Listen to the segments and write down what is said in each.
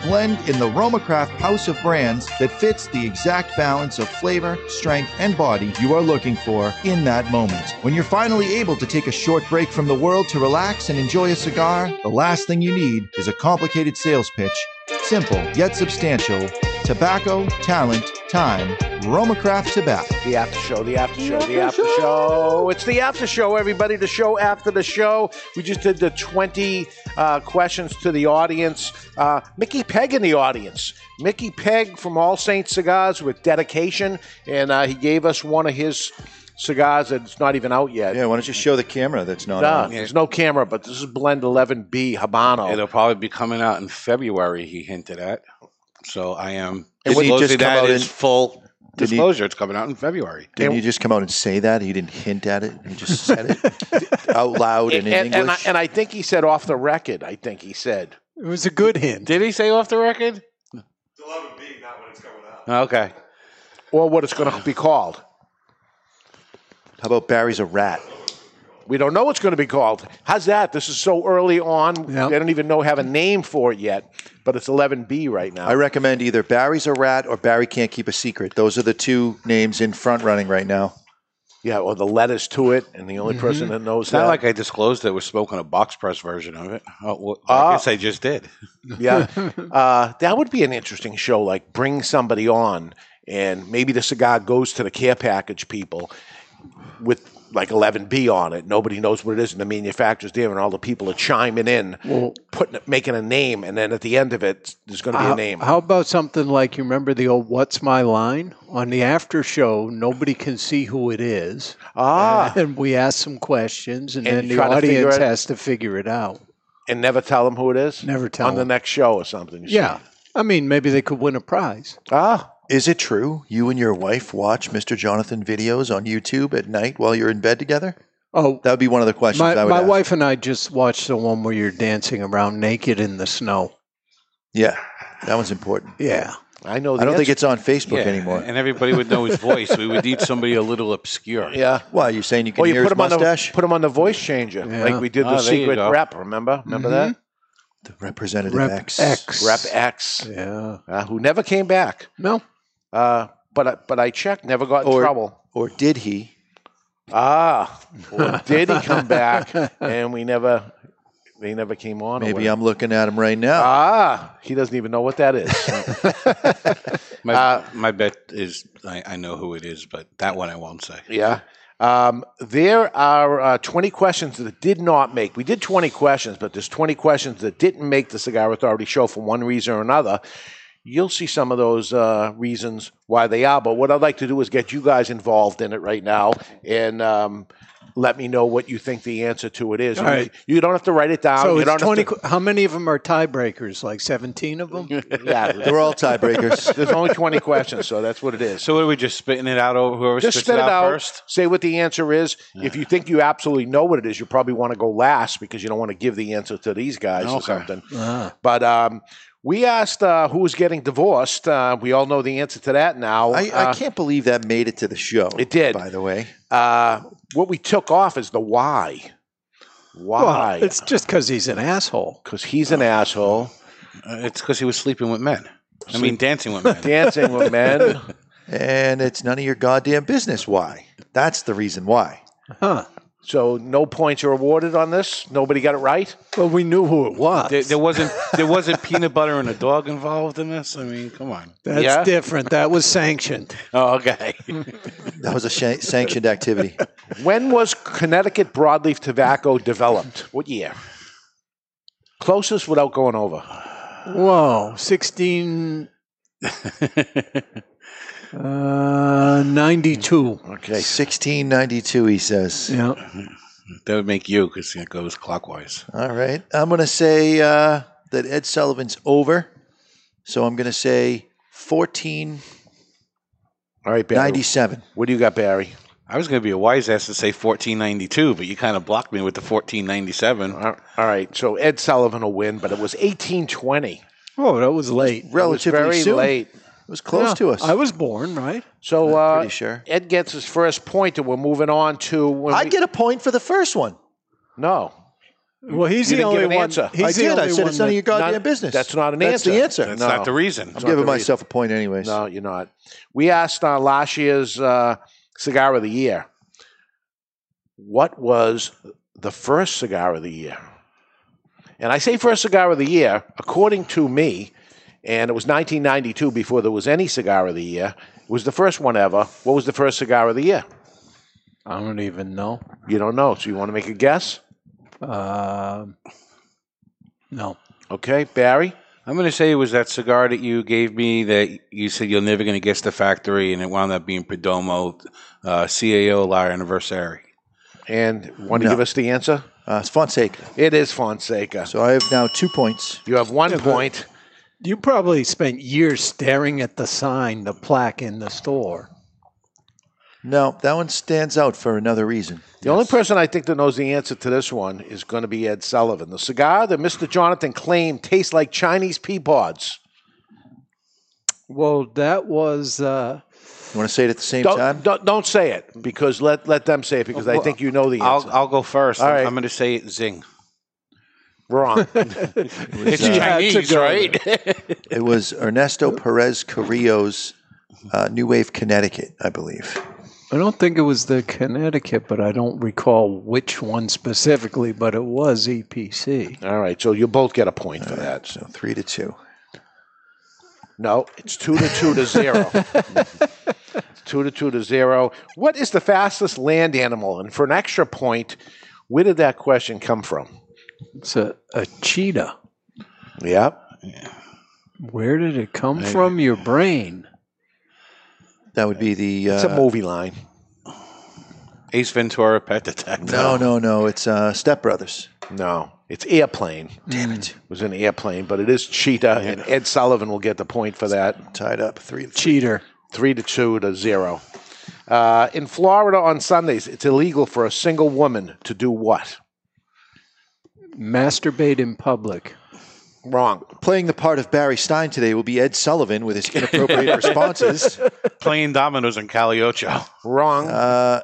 blend in the Romacraft House of Brands that fits the exact balance of flavor, strength, and body you are looking for in that moment. When you're finally able to take a short break from the world to relax and enjoy a cigar, the last thing you need is a complicated sales pitch. Simple yet substantial. Tobacco, talent, time. Romacraft Tobacco. The after show, the after show, the after show. It's the after show, everybody. The show after the show. We just did the 20 uh, questions to the audience. Uh, Mickey Pegg in the audience. Mickey Pegg from All Saints Cigars with dedication, and uh, he gave us one of his cigars that's not even out yet. Yeah, why don't you show the camera that's not Nah, on? There's no camera, but this is Blend 11B Habano. It'll probably be coming out in February. He hinted at. So I am Didn't he disclosing just come that out is in- full Didn't he- disclosure. It's coming out in February. Didn't you just come out and say that? He didn't hint at it. He just said it out loud and in and, and, I, English. and I think he said off the record, I think he said. It was a good hint. Did he say off the record? Oh, Okay. Or what it's going to be called. How about Barry's a rat? We don't know what's going to be called. How's that? This is so early on. Yeah. They don't even know have a name for it yet. But it's 11B right now. I recommend either Barry's a rat or Barry can't keep a secret. Those are the two names in front running right now. yeah, or the letters to it, and the only person Mm-hmm. that knows It's not that. like I disclosed that we're smoking a box press version of it. Oh, well, Ah. I guess I just did. yeah, uh, that would be an interesting show. Like bring somebody on, and maybe the cigar goes to the care package people with like 11B on it. Nobody knows what it is, and the manufacturer's there, and all the people are chiming in, putting it, making a name, and then at the end of it, there's going to be How, a name. how about something like you remember the old "What's My Line" on the after show? Nobody can see who it is, ah, and we ask some questions, and, And then you the try to figure audience it- has to figure it out. and never tell them who it is. Never tell on the 'em. next show or something. you say. Yeah, I mean, maybe they could win a prize. Ah, Is it true you and your wife watch Mr. Jonathan videos on YouTube at night while you're in bed together? Oh, That would be one of the questions my, I would my ask. wife and I just watched the one where you're dancing around naked in the snow. Yeah, that one's important. Yeah, I know. The I don't think answer. it's on Facebook Yeah, anymore. And everybody would know his voice. We would need somebody a little obscure. Yeah. Why? You're saying you can Well, you hear put his him on the mustache? put him on the voice changer, Yeah. like we did the Ah, there you secret go. rep. Remember, remember that the Representative Rep X. X. rep X, Yeah. uh, who never came back. No. Uh, but I, but I checked, never got in Or- trouble. Or did he? Ah, well, did he come back? And we never, they never came on. or Maybe whatever. I'm looking at him right now. Ah, he doesn't even know what that is. My, my bet is I, I know who it is, but that one I won't say. Yeah. Um, there are uh, 20 questions that did not make. We did 20 questions, but there's 20 questions that didn't make the Cigar Authority show for one reason or another. You'll see some of those uh, reasons why they are. But what I'd like to do is get you guys involved in it right now and um, let me know what you think the answer to it is. All You- right. you, don't have to write it down. So you it's don't twenty. Have qu- how many of them are tiebreakers? Like seventeen of them. to, yeah, They're all tiebreakers. there's only 20 questions, so that's what it is. So what are we just spitting it out over whoever just spits spit it out, first? say what the answer is. If you think you absolutely know what it is, you probably want to go last because you don't want to give the answer to these guys or Okay. something. Ah. But um, we asked uh, who was getting divorced. Uh, we all know the answer to that now. I, I Uh, can't believe that made it to the show. It did. by the way. uh, what we took off is the why. Why? Well, it's just because he's an asshole. Because he's an asshole. Uh, It's because he was sleeping with men. I mean, dancing with men. Dancing with men. And it's none of your goddamn business. Why? That's the reason why. Huh. So no points are awarded on this. Nobody got it right. Well, we knew who it was. There, there wasn't there wasn't peanut butter and a dog involved in this. I mean, come on. That's Yeah. different. That was sanctioned. Oh, okay. That was a shan- sanctioned activity. When was Connecticut broadleaf tobacco developed? What year? Closest without going over. Whoa, sixteen Uh, 92. Okay. 1692, he says. Yeah. That would make you because it goes clockwise. All right. I'm going to say uh, that Ed Sullivan's over. So I'm going to say 1497. All right, Barry. What do you got, Barry? I was going to be a wise ass and say 1492, but you kind of blocked me with the 1497. All all right. So Ed Sullivan will win, but it was 1820. Oh, that was late. It was Relatively very soon. late. It was close Yeah, to us. I was born, right? So I'm uh, pretty sure. Ed gets his first point, and we're moving on to. When I we- get a point for the first one. no. Well, he's You the didn't give only an one. answer. He's I the did. I only said one it's none of that- your goddamn Not- business. That's not an That's answer. the answer. That's No. not the reason. I'm not giving the myself a point anyways. No, you're not. We asked on last year's uh, cigar of the year, what was the first cigar of the year? And I say first cigar of the year, according to me, and it was 1992 before there was any cigar of the year. It was the first one ever. What was the first cigar of the year? I don't even know. You don't know. So you want to make a guess? Um, no. Okay, Barry. I'm going to say it was that cigar that you gave me that you said you're never going to guess the factory, and it wound up being Perdomo uh, CAO La Anniversary. And want to No. give us the answer? Uh, it's Fonseca. It is Fonseca. So I have now two points. You have one Yeah, but- point. You probably spent years staring at the sign, the plaque in the store. No, that one stands out for another reason. The only person I think that knows the answer to this one is going to be Ed Sullivan. The cigar that Mr. Jonathan claimed tastes like Chinese pea pods. Well, that was. Uh, You want to say it at the same time? Don't, don't, don't say it because let, let them say it because I think you know the answer. I'll, I'll go first. All I'm- right. I'm going to say it Zing. Wrong. It's You had to Chinese, go right? It was Ernesto Perez Carrillo's uh, New Wave Connecticut, I believe. I don't think it was the Connecticut, but I don't recall which one specifically, but it was E EPC. All right, so you both get a point for that. So three to two. No, it's two to two to zero. It's two to two to zero. What is the fastest land animal? And for an extra point, where did that question come from? It's a, a cheetah. Yeah. Where did it come from? Your brain. That would be the. Uh, It's a movie line. Ace Ventura Pet Detective. no, no, no. It's uh, Step Brothers. No, it's airplane. Damn it. It was an airplane, but it is cheetah, and Ed Sullivan will get the point for that. Tied up. Three to two. Cheater. Three to two to zero. Uh, in Florida on Sundays, it's illegal for a single woman to do what? Masturbate in public. Wrong. Playing the part of Barry Stein today will be Ed Sullivan with his inappropriate responses. Playing dominoes in Caliocho. Wrong. Uh,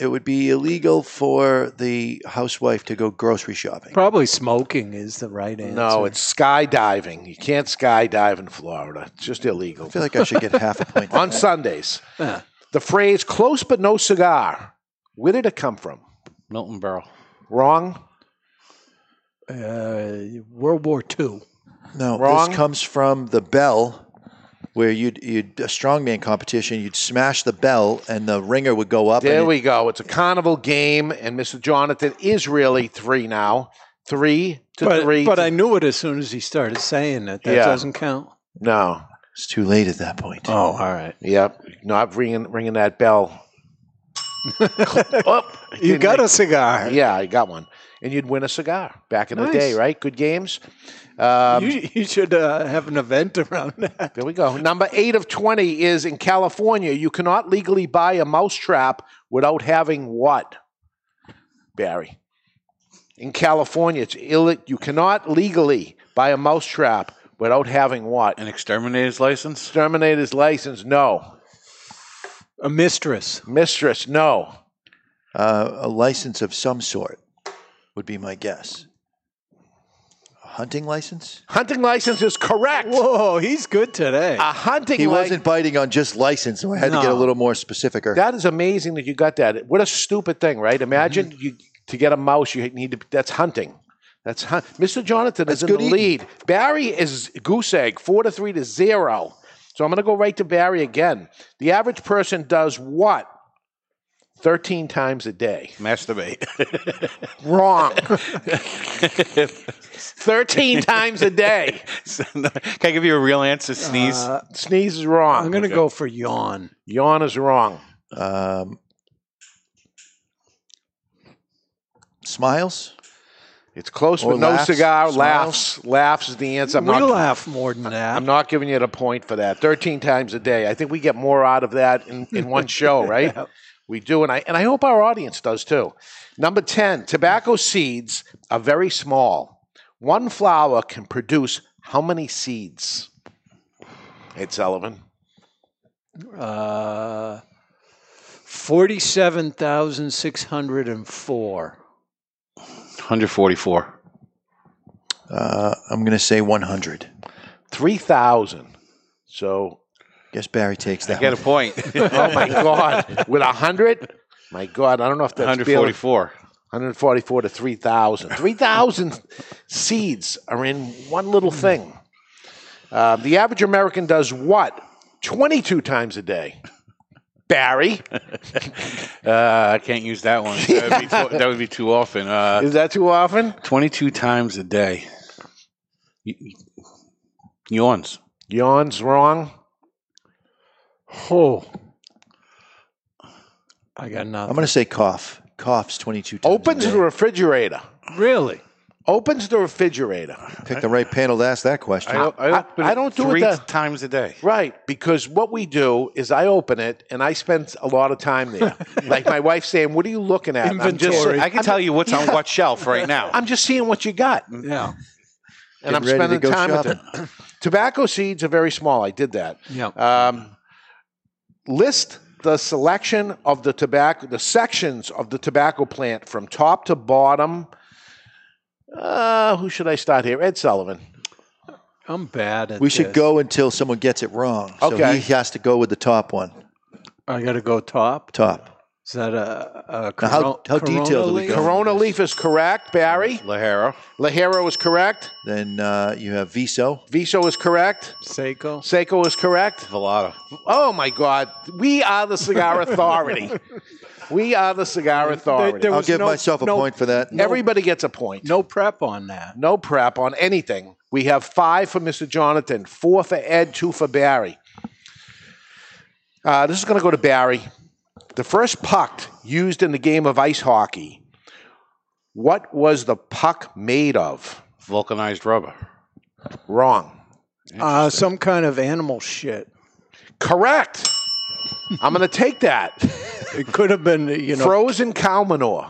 it would be illegal for the housewife to go grocery shopping. Probably smoking is the right answer. no, it's skydiving. You can't skydive in Florida. It's just I illegal. feel like I should get half a point. for On that. Sundays, Huh. the phrase close but no cigar, where did it come from? Milton Berle. Wrong. uh, World War II. No, Wrong. this comes from the bell, where you'd you'd a strongman competition. You'd smash the bell, and the ringer would go up. There and it- we go. It's a carnival game, and Mr. Jonathan is really three now. Three to But, three. but to I knew it as soon as he started saying it. That Yeah. doesn't count. No. it's too late at that point. Oh, all right. Yep. Not ringing ringing that bell. oh, You didn't got make- a cigar. Yeah, I got one. And you'd win a cigar back in the Nice. day, right? Good games. Um, you, you should uh, have an event around that. there we go. Number eight of 20 is in California, you cannot legally buy a mousetrap without having what? Barry. In California, it's ill. You cannot legally buy a mousetrap without having what? An exterminator's license? Exterminator's license, no. A mistress. Mistress, no. Uh, a license of some sort would be my guess. A hunting license? Hunting license is correct. Whoa, he's good today. A hunting He license. wasn't biting on just license, so I had to get a No. little more specific. That is amazing that you got that. What a stupid thing, right? Imagine Mm-hmm. you to get a mouse, you need to. That's hunting. That's hun- Mr. Jonathan That's is in good the eating. lead. Barry is goose egg, four to three to zero. So I'm going to go right to Barry again. The average person does what? Thirteen times a day. Masturbate. Wrong. Thirteen times a day. So, no, Can I give you a real answer? Sneeze. Uh, Sneeze is wrong. I'm going to Okay. go for yawn. Yawn is wrong. Um, smiles? It's close, Or but no Oh, laughs, cigar. smiles. Laughs. Laughs is the answer. I'm we not, laugh more than that. I'm not giving you the point for that. 13 times a day. I think we get more out of that in, in one show, right? We do. And I, and I hope our audience does too. Number 10 tobacco seeds are very small. One flower can produce how many seeds? Hey, Sullivan. Uh, 47,604. 144. Uh, I'm going to say 100. 3,000. So, Guess Barry takes that. Get a one. point. oh my God, with 100? My God, I don't know if that's Baylor- 144. 144 to 3,000. 3,000 seeds are in one little thing. Uh, the average American does what? 22 times a day. Barry, Uh, I can't use that one. That would be too, that would be too often. Uh, is that too often? 22 times a day. Y- y- Yawns. Yawns wrong. Oh. I got I'm nothing. going to say cough. Coughs 22 times. Opens a the day. refrigerator. really? Opens the refrigerator. Pick the right panel to ask that question. open I it don't do it three that- times a day. Right, because what we do is I open it and I spend a lot of time there. like my wife saying, "What are you looking at?" And I'm just, Inventory. I can tell you what's on what shelf right now. I'm just seeing what you got. Yeah. and I'm Getting ready spending to go time with it. Tobacco seeds are very small. I did that. Yeah. Um, list the selection of the tobacco, the sections of the tobacco plant from top to bottom. Uh, who should I start here? Ed Sullivan. I'm bad at we should this. go until someone gets it wrong. So Okay. he has to go with the top one. I got to go top. Top. Is that a, a Now, how- Coro- how detailed do Corona we leaf? go? Corona Leaf is correct. Barry. Lahara. Lajero is correct. Then uh, you have Viso. Viso is correct. Seiko? Seiko is correct. Velada. Oh my God. We are the cigar authority. we are the cigar authority. there I'll was give no- myself a no- point for that. Everybody gets a point. No prep on that. no prep on anything. We have five for Mr. Jonathan, four for Ed, two for Barry. Uh, this is going to go to Barry. The first puck used in the game of ice hockey. What was the puck made of? Vulcanized rubber. Wrong. Uh, some kind of animal shit. Correct. I'm going to take that. It could have been, uh, you know, Frozen cow manure.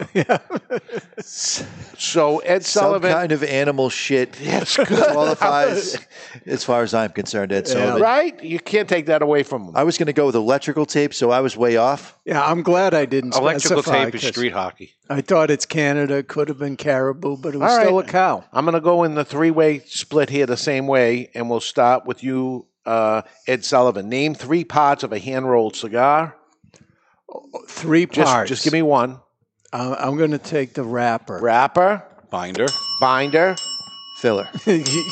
so Ed Sullivan. Some kind of animal shit That's good. qualifies as far as I'm concerned, Ed Sullivan. Right? You can't take that away from him. I was going to go with electrical tape, so I was way off. yeah, I'm glad I didn't Electrical specify tape is 'cause street hockey. I thought it's Canada, could have been caribou, but it was All right. still a cow. I'm going to go in the three way split here the same way, and we'll start with you, uh, Ed Sullivan. Name three parts of a hand rolled cigar. Three Just, parts. just give me one I'm, I'm going to take the wrapper. wrapper, Binder. binder. Filler.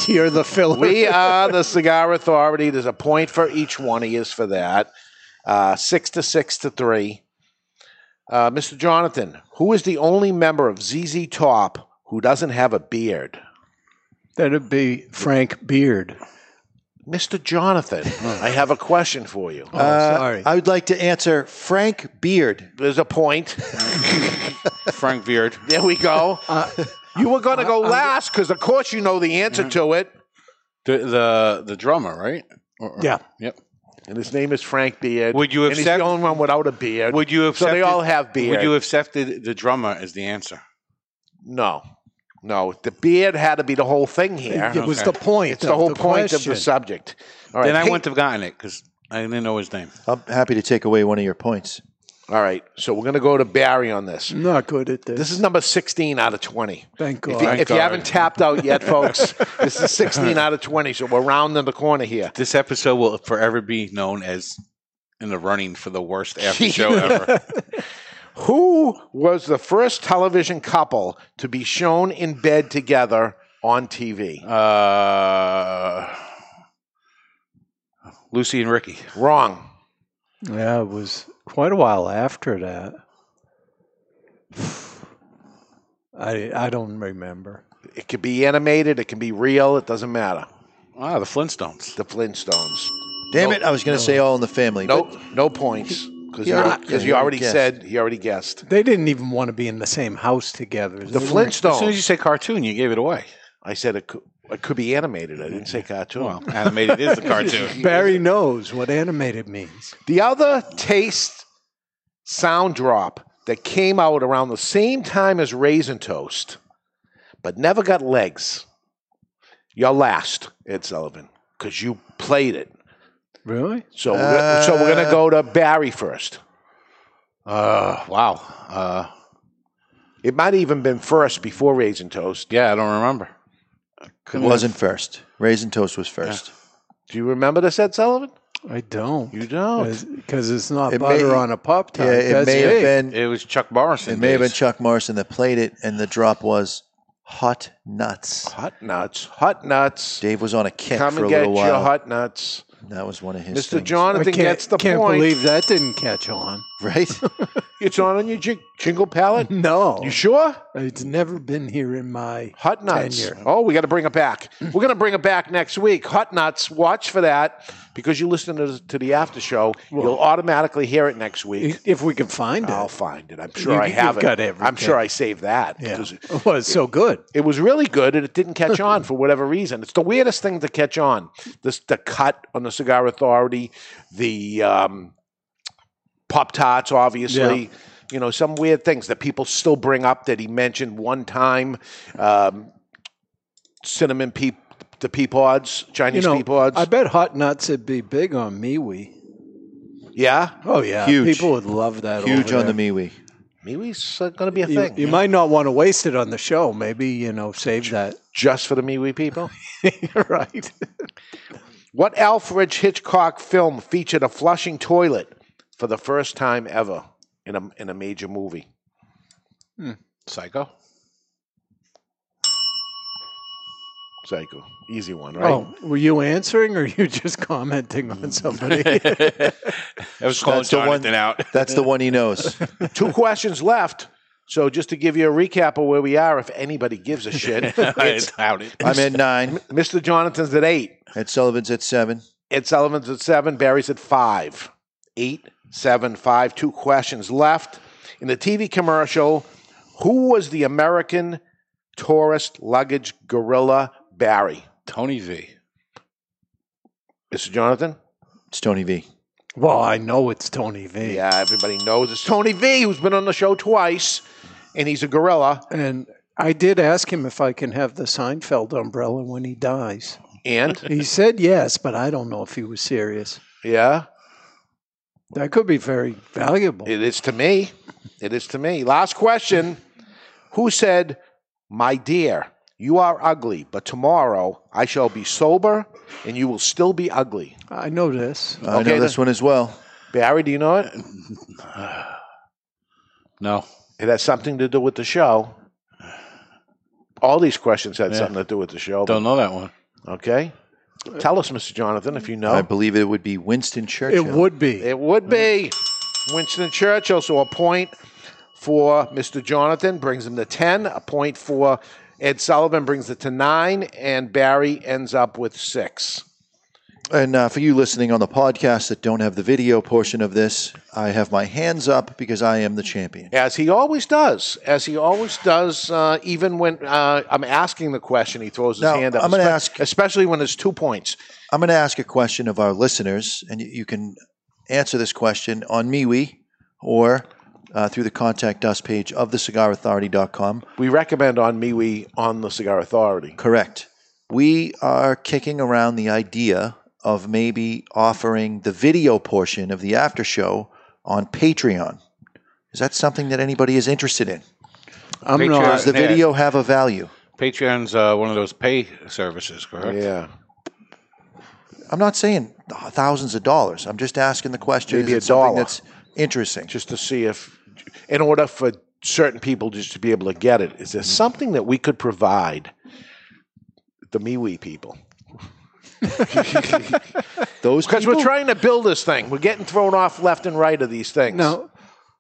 You're the filler. We are the Cigar Authority. There's a point for each one of you for that. Uh, six to six to three. Uh, Mr. Jonathan, who is the only member of ZZ Top who doesn't have a beard? That'd be Frank Beard. Mr. Jonathan, I have a question for you. Oh, Uh, sorry. I would like to answer Frank Beard. There's a point. Frank Beard. There we go. Uh, You were going to go last because, of course, you know the answer Mm-hmm. to it. The, the, the drummer, right? Or- or- yeah. Yep. And his name is Frank Beard. Would you and he's accept- the only one without a beard. Would you have so they accepted- all have beard. Would you have accepted the drummer as the answer? no, no. The beard had to be the whole thing here. It was Okay. the point. It's the whole point of question. the subject. All right. Then I hey- wouldn't have gotten it because I didn't know his name. I'm happy to take away one of your points. All right. So we're going to go to Barry on this. I'm not good at this. This is number 16 out of 20. Thank If God. you, Thank if you God. haven't tapped out yet, folks, this is 16 out of 20. So we're rounding the corner here. This episode will forever be known as in the running for the worst after show ever. Who was the first television couple to be shown in bed together on TV? Uh, Lucy and Ricky. Wrong. yeah, it was quite a while after that. I I don't remember. It could be animated, it can be real, it doesn't matter. Wow, Ah, the Flintstones. The Flintstones. Damn it! I was going to say all in the family. but- Nope, no points. Because He you already- yeah, already, he already guessed. said, he already guessed. They didn't even want to be in the same house together. The They As soon as you Flintstones. say cartoon, you gave it away. I said it could, it could be animated. I didn't say cartoon. Well, animated is the cartoon. Barry knows what animated means. The other taste sound drop that came out around the same time as Raisin Toast, but never got legs. You're last, Ed Sullivan, because you played it. Really? So, we're, gonna- so we're gonna go to Barry first. Uh, wow. Uh, It might have even been first before Raisin Toast. yeah, I don't remember. It wasn't first. Raisin toast was first. Do you remember this, Ed Sullivan? I don't. You don't. Because it's not It butter may- on a pop Yeah, tart. it That's may have big. been. It, It was Chuck Morrison. may have been days. Chuck Morrison that played it, and the drop was hot nuts. Hot nuts. Hot nuts. Dave was on a kick Come for a and get little your while. hot nuts. that was one of his. Mr. things. I Jonathan can't, gets the can't point. believe that didn't catch on. right? It's on on your jing- jingle palette. No. You sure? It's never been here in my. Hot nuts. Tenure. Oh, we got to bring it back. We're going to bring it back next week. Hot nuts. Watch for that because you listen to, to the after show. You'll automatically hear it next week. If we can find it. I'll find it. I'm sure You- I you've have it. got I'm everything. sure I saved that yeah. because It was so good. it was really good and it didn't catch on for whatever reason. It's the weirdest thing to catch on. This the cut on the Cigar Authority, the um, Pop Tarts, obviously. You know, some weird things that people still bring up that he mentioned one time. Um, cinnamon pea, the pea pods, You Chinese know, pea pods. I bet hot nuts would be big on MeWe. yeah, Oh yeah, Huge. people would love that. Huge over on the there. MeWe. MeWe's going to uh, be a You, thing you might not want to waste it on the show. Maybe you know, save that. just for the MeWe people. right. What Alfred Hitchcock film featured a flushing toilet for the first time ever in a in a major movie? Psycho. Psycho, easy one, right? Oh, were you answering or you just commenting on somebody? I was calling That's the one- Jonathan out. That's the one he knows. Two questions left. So just to give you a recap of where we are, if anybody gives a shit, I it's- doubt it. I'm at nine. Mr. Jonathan's at eight, Ed Sullivan's at seven. Ed Sullivan's at seven, Barry's at five, eight, seven, five. Two questions left. In the TV commercial, who was the American tourist luggage gorilla Barry? Tony V. Mr. Jonathan? It's Tony V. well, I know it's Tony V. Yeah, everybody knows it's Tony V, who's been on the show twice, and he's a gorilla. And I did ask him if I can have the Seinfeld umbrella when he dies. And He said yes, but I don't know if he was serious. yeah, That could be very valuable. it is to me. It is to me. Last question: Who said, "My dear, you are ugly, but tomorrow I shall be sober, and you will still be ugly"? I know this. I Okay, know this one as well. Barry, do you know it? No. It has something to do with the show. All these questions had Yeah. something to do with the show. but- Don't know that one. Okay, tell us, Mr. Jonathan, if you know. I believe it would be Winston Churchill. It would be. It would be Winston Churchill. So a point for Mr. Jonathan brings him to 10. A point for Ed Sullivan brings it to 9. And Barry ends up with 6. And uh, for you listening on the podcast that don't have the video portion of this, I have my hands up because I am the champion. As he always does. As he always does, uh, even when uh, I'm asking the question, he throws his Now, hand up. I'm gonna espe- ask- Especially when it's two points. I'm going to ask a question of our listeners, and you, you can answer this question on MeWe or uh, through the contact us page of thecigarauthority.com. We recommend on MeWe on the Cigar Authority. Correct. We are kicking around the idea of maybe offering the video portion of the after show on Patreon. Is that something that anybody is interested in? I'm Patriot- not. Does the Yeah. video have a value? Patreon's Patreon's uh, one of those pay services, correct? Yeah. I'm not saying thousands of dollars. I'm just asking the question. Maybe is a it something dollar. that's interesting. just to see if, in order for certain people just to be able to get it, is there something that we could provide the MeWe people? Those Because people, we're trying to build this thing. We're getting thrown off left and right of these things. Now,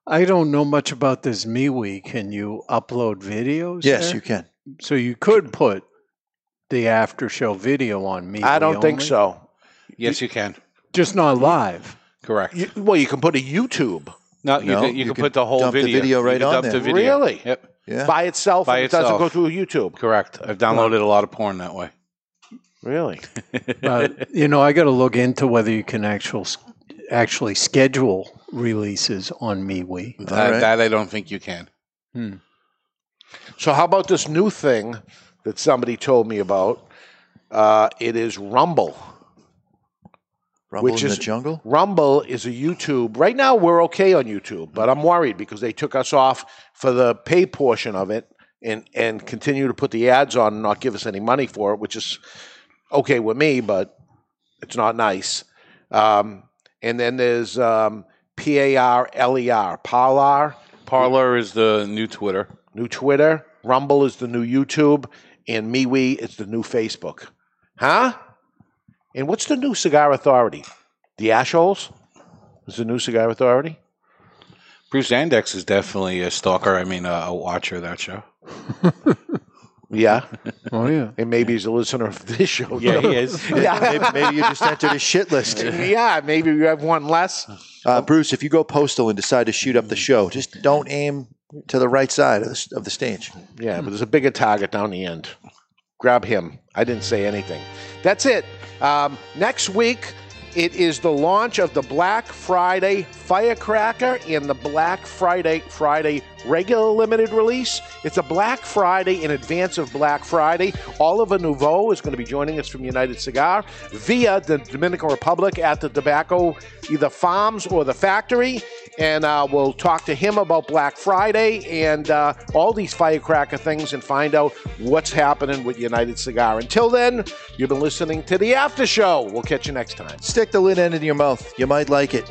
I don't know much about this MeWe. Can you upload videos? Yes, there? you can. So you could put the after show video on me. I don't think so. Yes, you can. Just not live. Correct. You, well, you can put a YouTube no, you, No, can, you you can, can put the whole dump the video. video You right can on dump there. The video. Really? Yep. Yeah. by itself. By and it doesn't itself. go through YouTube. Correct. I've downloaded a lot of porn that way. Really? But you know, I got to look into whether you can actual actually schedule releases on MeWe. That, right. that I don't think you can. So, how about this new thing that somebody told me about? Uh, it is Rumble. Rumble Which in is- the jungle. Rumble is a YouTube. Right now, we're okay on YouTube, but I'm worried because they took us off for the pay portion of it and and continue to put the ads on and not give us any money for it, which is okay with me, but it's not nice. Um, and then there's um, P A R L E R, Parler, Parlor is the new Twitter. new Twitter. Rumble is the new YouTube, and MeWe is the new Facebook. Huh? And what's the new Cigar Authority? The Ashholes is the new Cigar Authority. Bruce Zandex is definitely a stalker. I mean, a, a watcher of that show. Yeah, Oh yeah. and maybe he's a listener of this show. he is. yeah, maybe, maybe you just entered a shit list. yeah. Maybe you have one less. Uh, Bruce, if you go postal and decide to shoot up the show, just don't aim to the right side of the, of the stage. Yeah, but there's a bigger target down the end. Grab him. I didn't say anything. That's it. Um, next week, it is the launch of the Black Friday Firecracker and the Black Friday Friday regular limited release. It's a Black Friday in advance of Black Friday. Oliver Nouveau is going to be joining us from United Cigar via the Dominican Republic at the tobacco either farms or the factory and uh, we'll talk to him about Black Friday and uh, all these firecracker things and find out what's happening with United Cigar. Until then, you've been listening to The After Show. We'll catch you next time. Stick the lid end in your mouth. You might like it.